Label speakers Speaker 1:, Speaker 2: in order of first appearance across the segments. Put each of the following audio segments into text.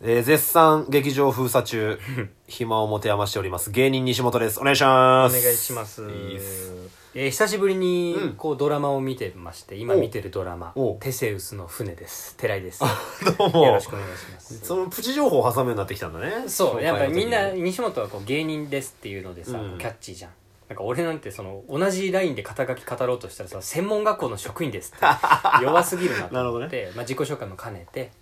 Speaker 1: えー絶賛劇場封鎖 中、暇を持て余しております。芸人西本です。お願いしま
Speaker 2: お
Speaker 1: す。
Speaker 2: 願いします
Speaker 1: いっす
Speaker 2: えー久しぶりに
Speaker 1: うん
Speaker 2: こうドラマを見てまして今
Speaker 1: お
Speaker 2: 見てるドラマ
Speaker 1: お
Speaker 2: 「テセウスの船」です寺井です
Speaker 1: どうも。
Speaker 2: よろしくお願いします
Speaker 1: そのプチ情報を挟むようになってきたんだね。
Speaker 2: そうやっぱりみんな
Speaker 1: うん。
Speaker 2: 西本はこう芸人ですっていうのでさ、
Speaker 1: うん
Speaker 2: キャッチーじゃんなんか俺なんてその同じラインで肩書き語ろうとしたらさ専門学校の職員ですって弱すぎる
Speaker 1: な
Speaker 2: な
Speaker 1: る
Speaker 2: と
Speaker 1: ほ
Speaker 2: 思
Speaker 1: ど
Speaker 2: って、まあ、自己紹介も兼ねて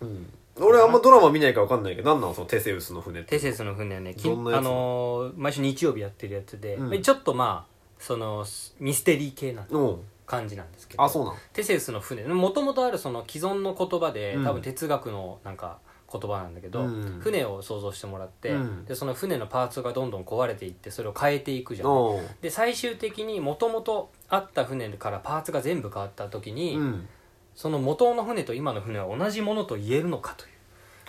Speaker 1: 俺あんまドラマ見ないから分かんないけど、なんなのそのテセウスの船っ
Speaker 2: 「
Speaker 1: て。
Speaker 2: テセウスの船」はねき
Speaker 1: どんなや
Speaker 2: あ
Speaker 1: つな
Speaker 2: のー毎週日曜日やってるやつで、
Speaker 1: うん
Speaker 2: でちょっとまあそのミステリー系な
Speaker 1: うん。
Speaker 2: 感じなんですけど
Speaker 1: あ、そうなの
Speaker 2: テセウスの船もともとあるその既存の言葉で、
Speaker 1: うん
Speaker 2: 多分哲学のなんか言葉なんだけど、
Speaker 1: うん
Speaker 2: 船を想像してもらって、
Speaker 1: うん
Speaker 2: でその船のパーツがどんどん壊れていってそれを変えていくじゃん、
Speaker 1: おう
Speaker 2: で最終的にもともとあった船からパーツが全部変わった時に、
Speaker 1: うん。
Speaker 2: その元の船と今の船は同じものと言えるのかという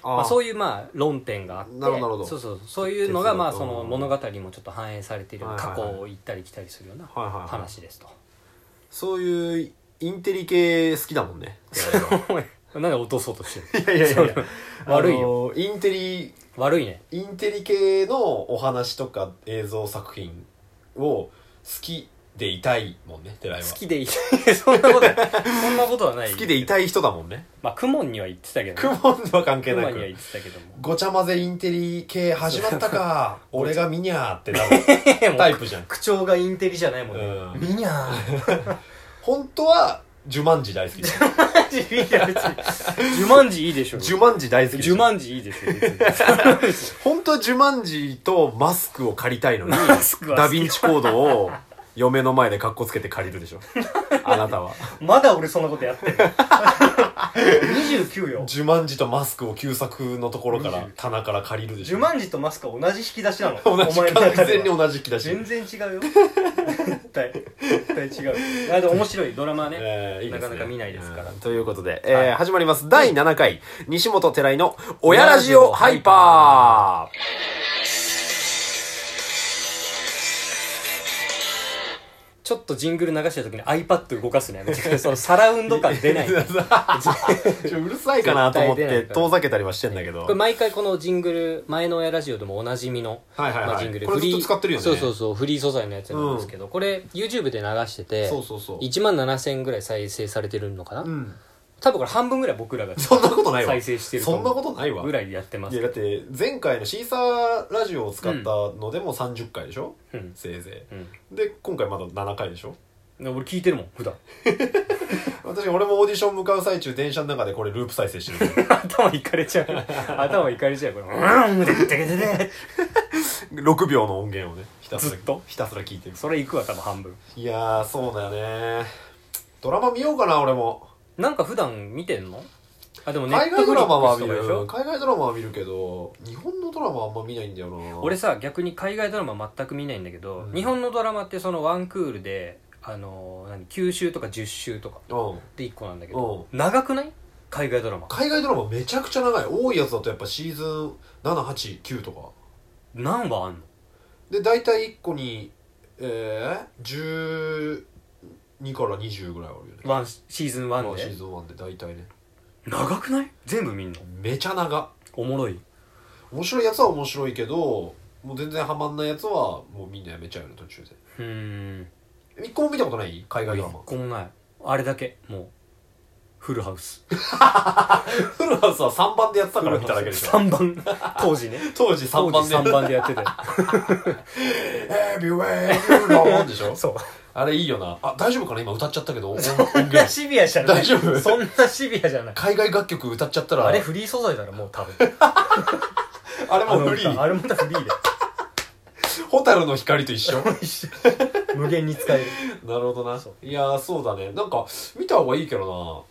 Speaker 1: あ
Speaker 2: まあ、
Speaker 1: う
Speaker 2: そういうまあ論点があって
Speaker 1: なるほどなるほど
Speaker 2: そうそうそういうのがまあ
Speaker 1: 哲
Speaker 2: そ
Speaker 1: 学
Speaker 2: の物語にもちょっと反映されている
Speaker 1: はいはいは
Speaker 2: 過
Speaker 1: い
Speaker 2: 去を行ったり来たりするような
Speaker 1: はいはいはい
Speaker 2: 話ですと。
Speaker 1: そういうインテリ系好きだもんね。
Speaker 2: お前なんで落 とそうとしてる
Speaker 1: いやいやいやいや
Speaker 2: 悪い
Speaker 1: よ。インテリ、
Speaker 2: 悪いね
Speaker 1: インテリ系のお話とか映像作品を好きでいたいもんね、寺井は。
Speaker 2: 好きでいたい そんなことそんなことはない
Speaker 1: 好きでいたい人だもんね。
Speaker 2: まあクモンには言ってたけど
Speaker 1: クモンは関係
Speaker 2: クモ
Speaker 1: な
Speaker 2: ンには言
Speaker 1: く
Speaker 2: っ。てたけども
Speaker 1: ごちゃ混ぜインテリ系始まった か。俺がミニャーってなるタイプじゃん。
Speaker 2: 口調がインテリじゃないもん
Speaker 1: う
Speaker 2: ね
Speaker 1: ん
Speaker 2: ミニャー
Speaker 1: 本当は、ジュマンジ 大好き。
Speaker 2: いや別にジュマンジいいでしょ
Speaker 1: ジュマンジ大好き。
Speaker 2: ジュマンジいいですよ別に
Speaker 1: 本当はジュマンジとマスクを借りたいのに、ダ
Speaker 2: マスクは好き
Speaker 1: ヴィンチコードを嫁の前で格好つけて借りる でしょ。あなたは。
Speaker 2: まだ俺そんなことや ってる29よ
Speaker 1: ジュマンジとマスクを旧作のところから、棚から借りるでしょ。
Speaker 2: ンジとマスカ同じ引き出しなの
Speaker 1: 同じ、完全に
Speaker 2: は
Speaker 1: 同じ気だし。
Speaker 2: 然違うよ 絶対絶対違うあでも面白いドラマね
Speaker 1: えーいいですね
Speaker 2: なかなか見ないですから
Speaker 1: うんということで、えー
Speaker 2: はい
Speaker 1: 始まります。第7回、西本寺井の親ラジオハイパー。
Speaker 2: ちょっとジングル流してる時に iPad 動かすのやめて くれそのサラウンド感出ない
Speaker 1: ちょうるさいかなと思っ
Speaker 2: 絶対出な
Speaker 1: て
Speaker 2: いから
Speaker 1: 遠ざけたりはしてんだけど。
Speaker 2: これ毎回このジングル前の親ラジオでもおなじみの、
Speaker 1: はいはいはい
Speaker 2: まあ、ジングル
Speaker 1: これずっと
Speaker 2: フリー
Speaker 1: 使ってるよね
Speaker 2: そうそうそうフリー素材のやつなんですけど、これ YouTube で流してて
Speaker 1: そうそうそう。
Speaker 2: 1万7000ぐらい再生されてるのかな、
Speaker 1: うん。
Speaker 2: 多分これ半分ぐらい僕らが
Speaker 1: そんなことないわ。
Speaker 2: 再生してると
Speaker 1: そん
Speaker 2: 思う
Speaker 1: なことないわ。
Speaker 2: ぐらいやってま
Speaker 1: い
Speaker 2: す
Speaker 1: や、だって、前回のシーサーラジオを使ったのでも30回でしょ、
Speaker 2: うん
Speaker 1: せいぜ
Speaker 2: うん
Speaker 1: い。で、今回まだ7回でしょ
Speaker 2: 俺聞いてるもん普段
Speaker 1: 私、俺もオーディション向かう最中、電車の中でこれループ再生してる。
Speaker 2: 頭いかれちゃう頭いかれちゃうこれうんでってけてね
Speaker 1: 6秒の音源をね、ひたすら、
Speaker 2: ずっと
Speaker 1: ひたすら聞いてる。
Speaker 2: それいくわ多分半分
Speaker 1: いやー、そうだよね。ドラマ見ようかな、俺も。
Speaker 2: なんか普段見てんのあでも
Speaker 1: 海外ドラマは見
Speaker 2: Netflix とかでしょ
Speaker 1: る。海外ドラマは見るけど、日本のドラマはあんま見ないんだよな。
Speaker 2: 俺さ逆に海外ドラマ全く見ないんだけど、
Speaker 1: うん
Speaker 2: 日本のドラマってそのワンクールであのー何9週とか10週とか
Speaker 1: うん。
Speaker 2: で1個なんだけど、長くない海外ドラマ
Speaker 1: 海外ドラマめちゃくちゃ長い。多いやつだとやっぱシーズン7、8、9とか。
Speaker 2: 何話あんの
Speaker 1: で、大体1個に、えー、12から20ぐらいあるよね。
Speaker 2: ワンシーズン
Speaker 1: ま
Speaker 2: 1
Speaker 1: あシー
Speaker 2: で
Speaker 1: ズン1で大体ね。
Speaker 2: 長くない全部見んの
Speaker 1: めちゃ長。
Speaker 2: おもろい
Speaker 1: 面白いやつは面白いけど、もう全然ハマんないやつはもうみんなやめちゃうよね、途中で。
Speaker 2: うーん
Speaker 1: 一個も見たことない海外ドラ マ
Speaker 2: 一。個もないあれだけもうフルハウス
Speaker 1: フルハウスは3番でやってたから見ただけでしょ。
Speaker 2: 3番当時ね
Speaker 1: 当時3番で。
Speaker 2: 当時3番でやって たよ
Speaker 1: エビウェイフルハウスでし ょ
Speaker 2: そう
Speaker 1: あれいいよな。あ、大丈夫かな今歌っちゃったけ ど、音音源。
Speaker 2: シビアじゃない
Speaker 1: 大丈夫
Speaker 2: そんなシビアじゃない
Speaker 1: 海外楽曲歌っちゃったら、
Speaker 2: あれフリー素材だろもう多分
Speaker 1: あれ
Speaker 2: あ
Speaker 1: も
Speaker 2: の
Speaker 1: うフリ
Speaker 2: 歌
Speaker 1: ー。
Speaker 2: あれもだフリーで
Speaker 1: ホタルの光と一 緒なる
Speaker 2: 無限に使える
Speaker 1: ほどな
Speaker 2: そ。
Speaker 1: いやー、そうだね。なんか、見た方がいいけど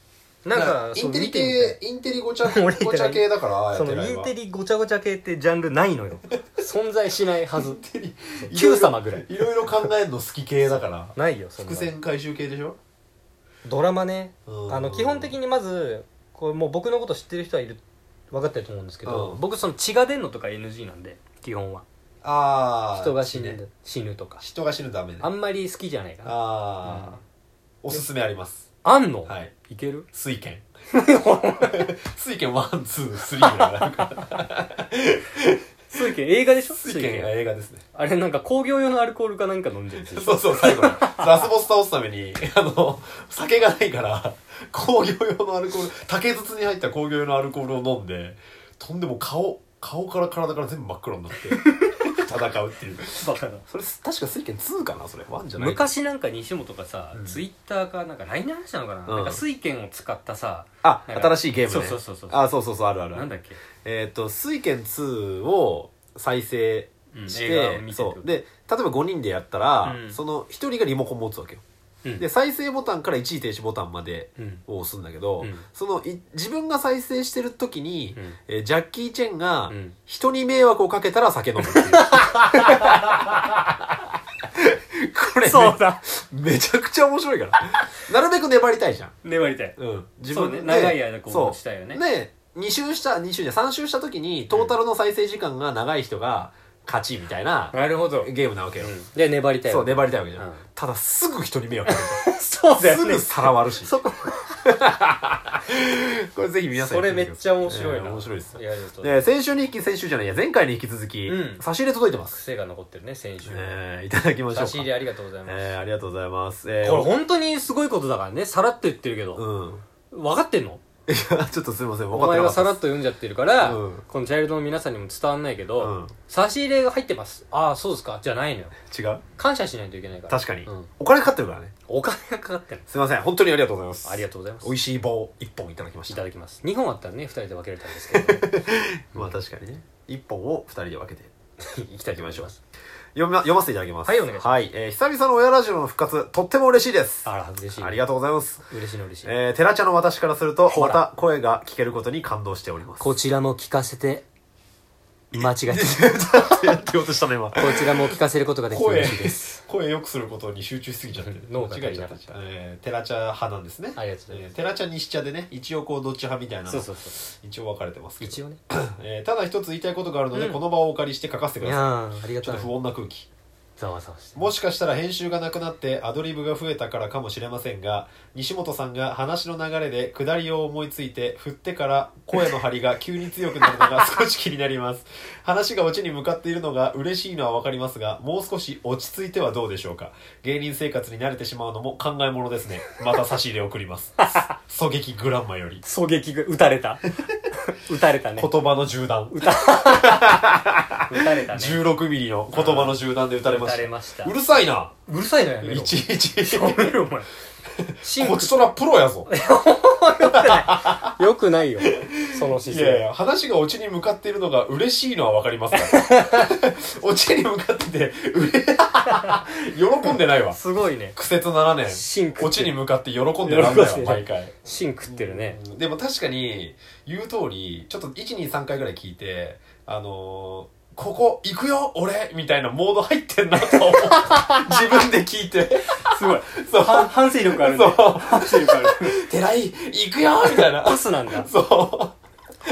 Speaker 2: な
Speaker 1: な。
Speaker 2: んか
Speaker 1: インテリ
Speaker 2: そう見てみた
Speaker 1: 系
Speaker 2: い、
Speaker 1: インテリごちゃ、
Speaker 2: 俺言ってない
Speaker 1: ごちゃ系だから、
Speaker 2: そのインテ
Speaker 1: リ。
Speaker 2: リごちゃごちゃ系ってジャンルないのよ存在しないは ず
Speaker 1: リ
Speaker 2: 9様ぐらい
Speaker 1: いろいろ考えるの好き系だから。
Speaker 2: ないよそんな
Speaker 1: 伏線回収系でしょ
Speaker 2: ドラマね
Speaker 1: うん
Speaker 2: あの基本的にまずこれもう僕のこと知ってる人はいる分かってると思うんですけど、
Speaker 1: うん
Speaker 2: 僕その血が出んのとか NG なんで基本は
Speaker 1: あー。
Speaker 2: 人が死ぬ,、
Speaker 1: ね。
Speaker 2: 死ぬとか
Speaker 1: 人が死ぬダメね。
Speaker 2: あんまり好きじゃないかな
Speaker 1: あー。おすすめあります。
Speaker 2: あんの、
Speaker 1: はい。
Speaker 2: いける
Speaker 1: 水拳。水拳ワンツースリーぐらいある から
Speaker 2: 水拳映画でしょ
Speaker 1: 水拳は映画ですね
Speaker 2: あれなんか工業用のアルコールかなんか飲んでるんですよ
Speaker 1: そうそう最後にラスボス倒すためにあの酒がないから工業用のアルコール竹筒に入った工業用のアルコールを飲んでとんでもう顔顔から体から全部真っ黒になって戦うっていう
Speaker 2: バカな
Speaker 1: それ確か水拳2かなそれ1じゃない
Speaker 2: 昔なんか西本がさ、
Speaker 1: うん
Speaker 2: ツイッターかなんか LINE の話なのかな,、
Speaker 1: うん
Speaker 2: なんか水拳を使ったさ
Speaker 1: あ
Speaker 2: なんか
Speaker 1: 新しいゲームね
Speaker 2: そうそうそうそう
Speaker 1: あそうそうそうあるあるある
Speaker 2: なんだっけ、
Speaker 1: えーっ、と「水拳2」を再生
Speaker 2: うん、
Speaker 1: し
Speaker 2: 映画を
Speaker 1: て,、
Speaker 2: 見て
Speaker 1: そうで例えば5人でやったら、
Speaker 2: うん
Speaker 1: その1人がリモコン持つわけよ
Speaker 2: うん
Speaker 1: で再生ボタンから一時停止ボタンまで
Speaker 2: うん
Speaker 1: を押すんだけど、
Speaker 2: うん
Speaker 1: そのい自分が再生してる時に、
Speaker 2: うん
Speaker 1: えージャッキー・チェンが
Speaker 2: うん
Speaker 1: 人に迷惑をかけたら酒飲む っていうこれ、ね、
Speaker 2: そうだ
Speaker 1: めちゃくちゃ面白いからなるべく粘りたいじゃん
Speaker 2: 粘りたい
Speaker 1: うん、自
Speaker 2: そう
Speaker 1: 分
Speaker 2: ね
Speaker 1: で
Speaker 2: 長い間こう
Speaker 1: そう
Speaker 2: 持ちたいよね
Speaker 1: で2周した2周じゃ3周した時にトータルの再生時間が長い人が勝ちみたいな
Speaker 2: なるほど、
Speaker 1: ゲームなわけよ、
Speaker 2: で粘りたい
Speaker 1: そう粘りたいわけじゃん、
Speaker 2: うん
Speaker 1: ただすぐ人に迷惑かける
Speaker 2: そう だよ
Speaker 1: す
Speaker 2: ね
Speaker 1: ぐ皿割るし
Speaker 2: そこ
Speaker 1: これぜひ皆さん
Speaker 2: それめっちゃ面白いな、
Speaker 1: えー面白いですよ
Speaker 2: いやちょっと
Speaker 1: で先週に引き先週じゃないや前回に引き続き、
Speaker 2: うん
Speaker 1: 差し入れ届いてます、
Speaker 2: 癖が残ってるね先週、
Speaker 1: えーいただきましょうか
Speaker 2: 差し入れありがとうございます、
Speaker 1: えーありがとうございます、えー
Speaker 2: これ本当にすごいことだからねさらっと言ってるけど、
Speaker 1: うん
Speaker 2: 分かってんの
Speaker 1: いや ちょっとすいません分
Speaker 2: お
Speaker 1: かってなか
Speaker 2: 前が
Speaker 1: った
Speaker 2: さらっ
Speaker 1: で
Speaker 2: と読んじゃってるから、
Speaker 1: うん
Speaker 2: このチャイルドの皆さんにも伝わんないけど、
Speaker 1: うん
Speaker 2: 差し入れが入ってますああそうですかじゃないのよ
Speaker 1: す違う
Speaker 2: 感謝しないといけないから
Speaker 1: 確かに、
Speaker 2: うん
Speaker 1: お金かかってるからね
Speaker 2: お金がかかってる
Speaker 1: すいません本当にありがとうございます
Speaker 2: ありがとうございます
Speaker 1: 美味しい棒一本いただきまし
Speaker 2: い
Speaker 1: た
Speaker 2: ただきます2本あったらね2人で分けれたんです けど
Speaker 1: まあ確かにね一本を二人で分けて
Speaker 2: 行きたいと思います
Speaker 1: 読ま読ませていただきます
Speaker 2: はいお願いします
Speaker 1: はい、えー久々の親ラジオの復活とっても嬉しいです
Speaker 2: あら嬉しい
Speaker 1: ありがとうございます
Speaker 2: 嬉しいの嬉しい、
Speaker 1: えー、寺茶の私からすると、
Speaker 2: ほ
Speaker 1: ま
Speaker 2: ら
Speaker 1: た声が聞けることに感動しております。
Speaker 2: こちらも聞かせて間違え て
Speaker 1: やってようとしたね、 今。
Speaker 2: こちらも聞かせることができて
Speaker 1: 声
Speaker 2: 嬉しいです、
Speaker 1: 声良くすることに集中しすぎちゃって
Speaker 2: うん脳が足りな
Speaker 1: 違えちゃ
Speaker 2: かった
Speaker 1: えー、寺茶派なんですね。
Speaker 2: ありがとうござい
Speaker 1: え
Speaker 2: ま
Speaker 1: ー、寺茶西茶でね、一応こう、どっち派みたいな、
Speaker 2: そうそうそ
Speaker 1: 一応分かれてます
Speaker 2: う
Speaker 1: けど。
Speaker 2: 一応ね
Speaker 1: えー、ただ一つ言いたいことがあるので、
Speaker 2: うん
Speaker 1: この場をお借りして書かせて
Speaker 2: い
Speaker 1: くだ
Speaker 2: や
Speaker 1: さ
Speaker 2: ーありが
Speaker 1: い。ち
Speaker 2: た
Speaker 1: ょ
Speaker 2: い
Speaker 1: っと不穏な空気。
Speaker 2: ざわざわして
Speaker 1: もしかしたら編集がなくなってアドリブが増えたからかもしれませんが西本さんが話の流れで下りを思いついて振ってから声の張りが急に強くなるのが少し気になり ます話がオチに向かっているのが嬉しいのはわかりますがもう少し落ち着いてはどうでしょうか芸人生活に慣れてしまうのも考えものですねまた差し入れ送り ます狙撃グランマより
Speaker 2: 狙撃が打たれ た打たれたね
Speaker 1: 言葉の銃弾
Speaker 2: 打たれたね
Speaker 1: 16ミリの言葉の銃弾で撃たれま
Speaker 2: 撃たれま
Speaker 1: し
Speaker 2: した
Speaker 1: たうるさいな
Speaker 2: うるさいのやめろ
Speaker 1: いちいち
Speaker 2: やめろお前シン
Speaker 1: こ
Speaker 2: ク
Speaker 1: っちとらプロやぞ
Speaker 2: よくないよその姿
Speaker 1: い
Speaker 2: 勢
Speaker 1: やいや、話がオチに向かっているのが嬉しいのはわかりますから。 オチに向かってて、うれ 喜んでないわ。
Speaker 2: すごいね
Speaker 1: 苦節7
Speaker 2: シ
Speaker 1: 年。
Speaker 2: ンクって
Speaker 1: オチに向かって喜んでなんだよ、毎回。
Speaker 2: シンクってるね
Speaker 1: うんでも確かに、言う通り、ちょっと1、2、3回ぐらい聞いて、あのー、ここ行くよ俺みたいなモード入ってんな と思う自分で聞いて。
Speaker 2: すごい
Speaker 1: そう。
Speaker 2: は反省力あるね
Speaker 1: そう
Speaker 2: 反省力ある
Speaker 1: 寺井、行くよみたいな。
Speaker 2: パスなんだ
Speaker 1: そう。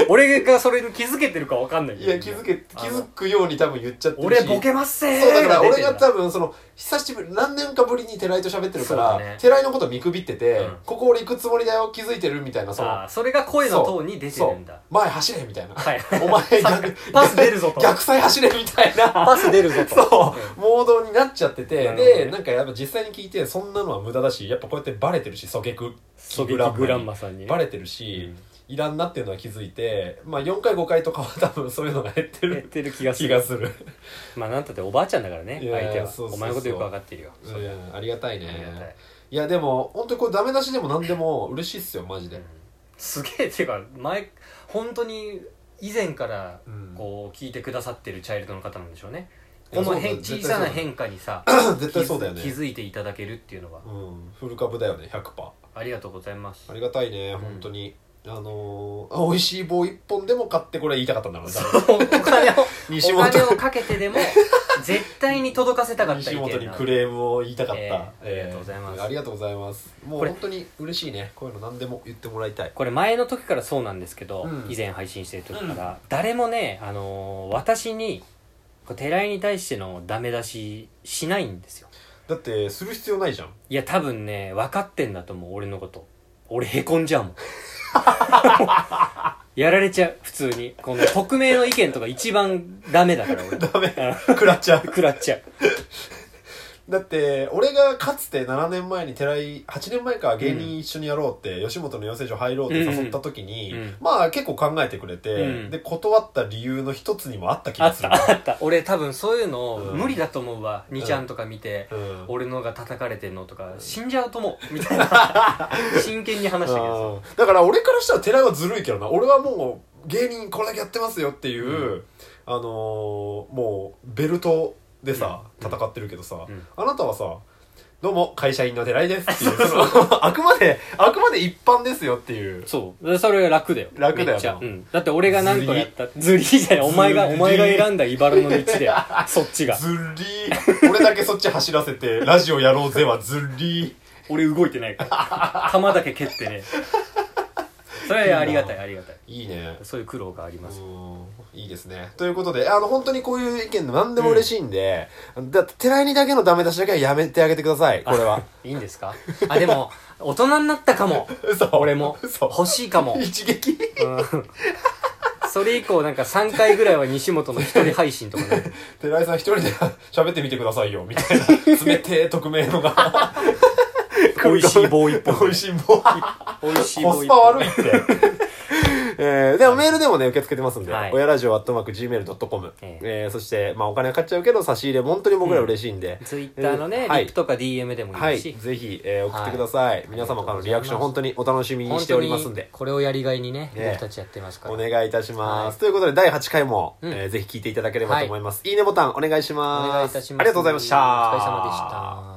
Speaker 2: 俺がそれに気づけてるかわかんない
Speaker 1: いや、気づけ、気づくように多分言っちゃってる
Speaker 2: 俺
Speaker 1: し。
Speaker 2: ボケますせー
Speaker 1: そうだから俺が
Speaker 2: た
Speaker 1: 多分その久しぶり何年かぶりに寺井と喋ってるか
Speaker 2: そ
Speaker 1: ら、
Speaker 2: うだね
Speaker 1: 寺井のこと見くびってて、
Speaker 2: うん
Speaker 1: ここ俺行くつもりだよ気づいてるみたいなその
Speaker 2: あーそれが声のトーンに出て
Speaker 1: そ
Speaker 2: る
Speaker 1: うん
Speaker 2: だ
Speaker 1: 前走れみたいな、
Speaker 2: はい
Speaker 1: お前逆
Speaker 2: パス出るぞと
Speaker 1: 逆再走れみたい な
Speaker 2: パス出るぞと
Speaker 1: そう、モードになっちゃってて、
Speaker 2: なるほどね
Speaker 1: でなんかやっぱ実際に聞いてそんなのは無駄だしやっぱこうやってバレてるし狙撃
Speaker 2: 狙撃グランマさんに
Speaker 1: バ
Speaker 2: レ
Speaker 1: レてるし、いらんなっていうのは気づいてまあ4回5回とかは 多分そういうのが減って
Speaker 2: やっ
Speaker 1: る
Speaker 2: てる気がす
Speaker 1: 気が
Speaker 2: る
Speaker 1: する
Speaker 2: まあなんたっておばあちゃんだからね
Speaker 1: いやー
Speaker 2: 相手は
Speaker 1: そうそうそう
Speaker 2: お前のことよくわかってるよ
Speaker 1: う
Speaker 2: そうだよ
Speaker 1: んありがたいね
Speaker 2: ありがたい
Speaker 1: いやでも本当にこれダメ出しでも何でも嬉しいっすよマジで、
Speaker 2: すげえっていうか前本当に以前から
Speaker 1: うん
Speaker 2: こう聞いてくださってるチャイルドの方なんでしょうね
Speaker 1: いや
Speaker 2: この変
Speaker 1: そうだ
Speaker 2: 小
Speaker 1: よ
Speaker 2: さな変化にさ
Speaker 1: 絶対そうだよね
Speaker 2: 気づ気づいていただけるっていうのは
Speaker 1: うんフル株だよね100%
Speaker 2: ありがとうございます
Speaker 1: ありがたいね本当に、あのー、あ美味しい棒1本でも買ってこれ言いたかったんだろうね
Speaker 2: お金を
Speaker 1: 西
Speaker 2: お
Speaker 1: 本
Speaker 2: 金をかけてでも絶対に届かせたかった
Speaker 1: 西
Speaker 2: 意見
Speaker 1: 本に
Speaker 2: な
Speaker 1: クレームを言いたかった、
Speaker 2: えーありがとうございます
Speaker 1: えーありがとうございますもう
Speaker 2: これ
Speaker 1: 本当に嬉しいねこういうの何でも言ってもらいたい
Speaker 2: これ前の時からそうなんですけど、
Speaker 1: うん
Speaker 2: 以前配信してる時から、誰もね、あのー私にこう寺井に対してのダメ出ししないんですよ
Speaker 1: だってする必要ないじゃん
Speaker 2: いや多分ね分かってんだと思う俺のこと俺へこんじゃうもんやられちゃう普通にこの匿名の意見とか一番ダメだから俺
Speaker 1: ダメ食らっちゃう
Speaker 2: 食らっちゃう
Speaker 1: だって俺がかつて7年前に寺井8年前か芸人一緒にやろうって、吉本の養成所入ろうって誘った時に、
Speaker 2: うんうん
Speaker 1: まあ結構考えてくれて、
Speaker 2: うん
Speaker 1: で断った理由の一つにもあった気
Speaker 2: あ
Speaker 1: が
Speaker 2: っ
Speaker 1: する
Speaker 2: たあった 俺多分そういうの
Speaker 1: うん
Speaker 2: 無理だと思うわ2ちゃんとか見て
Speaker 1: うん
Speaker 2: 俺のが叩かれてんのとか死んじゃうと思うみたいな 真剣に話したけど
Speaker 1: あーだから俺からしたら寺井はずるいけどな俺はもう芸人これだけやってますよっていう、
Speaker 2: う
Speaker 1: あのーもうベルトでさ、
Speaker 2: うん
Speaker 1: 戦ってるけどさ、
Speaker 2: うん
Speaker 1: あなたはさどうも会社員の寺井ですっていうそのあくまであくまで一般ですよっていう
Speaker 2: さそうでそれ楽だよ
Speaker 1: 楽だよな
Speaker 2: めっちゃうんだって俺が何個やったズリーじゃないお前が
Speaker 1: ズ
Speaker 2: お
Speaker 1: リー
Speaker 2: 前が選んだ茨の道で そっちが
Speaker 1: ずりー俺だけそっち走らせてラジオやろうぜはずり
Speaker 2: 俺動いてないから玉だけ蹴ってねそれはありがたいありがたい
Speaker 1: ーいいね
Speaker 2: そういう苦労があり
Speaker 1: う
Speaker 2: ます
Speaker 1: ーんいいですねということであの本当にこういう意見何でも嬉しいんで、だって寺井にだけのダメ出しだけはやめてあげてくださいこれは
Speaker 2: いいんですかあでも大人になったかも
Speaker 1: 嘘
Speaker 2: 俺も
Speaker 1: 嘘
Speaker 2: 欲しいかも
Speaker 1: 一撃
Speaker 2: それ以降なんか3回ぐらいは西本の一人配信とかね
Speaker 1: 寺井さん一人で喋ってみてくださいよみたいな冷てえ匿名の が
Speaker 2: 美味しい棒一本
Speaker 1: 美味しい棒
Speaker 2: 美味しい
Speaker 1: コ
Speaker 2: 棒
Speaker 1: ス
Speaker 2: 一
Speaker 1: パ
Speaker 2: 本
Speaker 1: 悪いって。 えーでもメールでもね、受け付けてますんで、
Speaker 2: はい
Speaker 1: 親ラジオアットマーク Gmail.com、
Speaker 2: え
Speaker 1: えーそして、まあお金は買っちゃうけど、差し入れ、本当に僕ら嬉しいんで、
Speaker 2: ツイッターのね、
Speaker 1: はい
Speaker 2: リプとか DM でも
Speaker 1: はい
Speaker 2: い
Speaker 1: い、
Speaker 2: いし、
Speaker 1: ぜひ、えー送ってください。皆様からのリアクション、本当にお楽しみにしておりますんで、
Speaker 2: これをやりがいにね
Speaker 1: ね
Speaker 2: 僕たちやってますか
Speaker 1: お
Speaker 2: らお
Speaker 1: 願いいたします。
Speaker 2: はい
Speaker 1: ということで、第8回も、
Speaker 2: うん
Speaker 1: えーぜひ聞いていただければと思います。い、いねボタン、お願いします。
Speaker 2: 願いいたします
Speaker 1: ありがとうございました。
Speaker 2: お疲れ様でした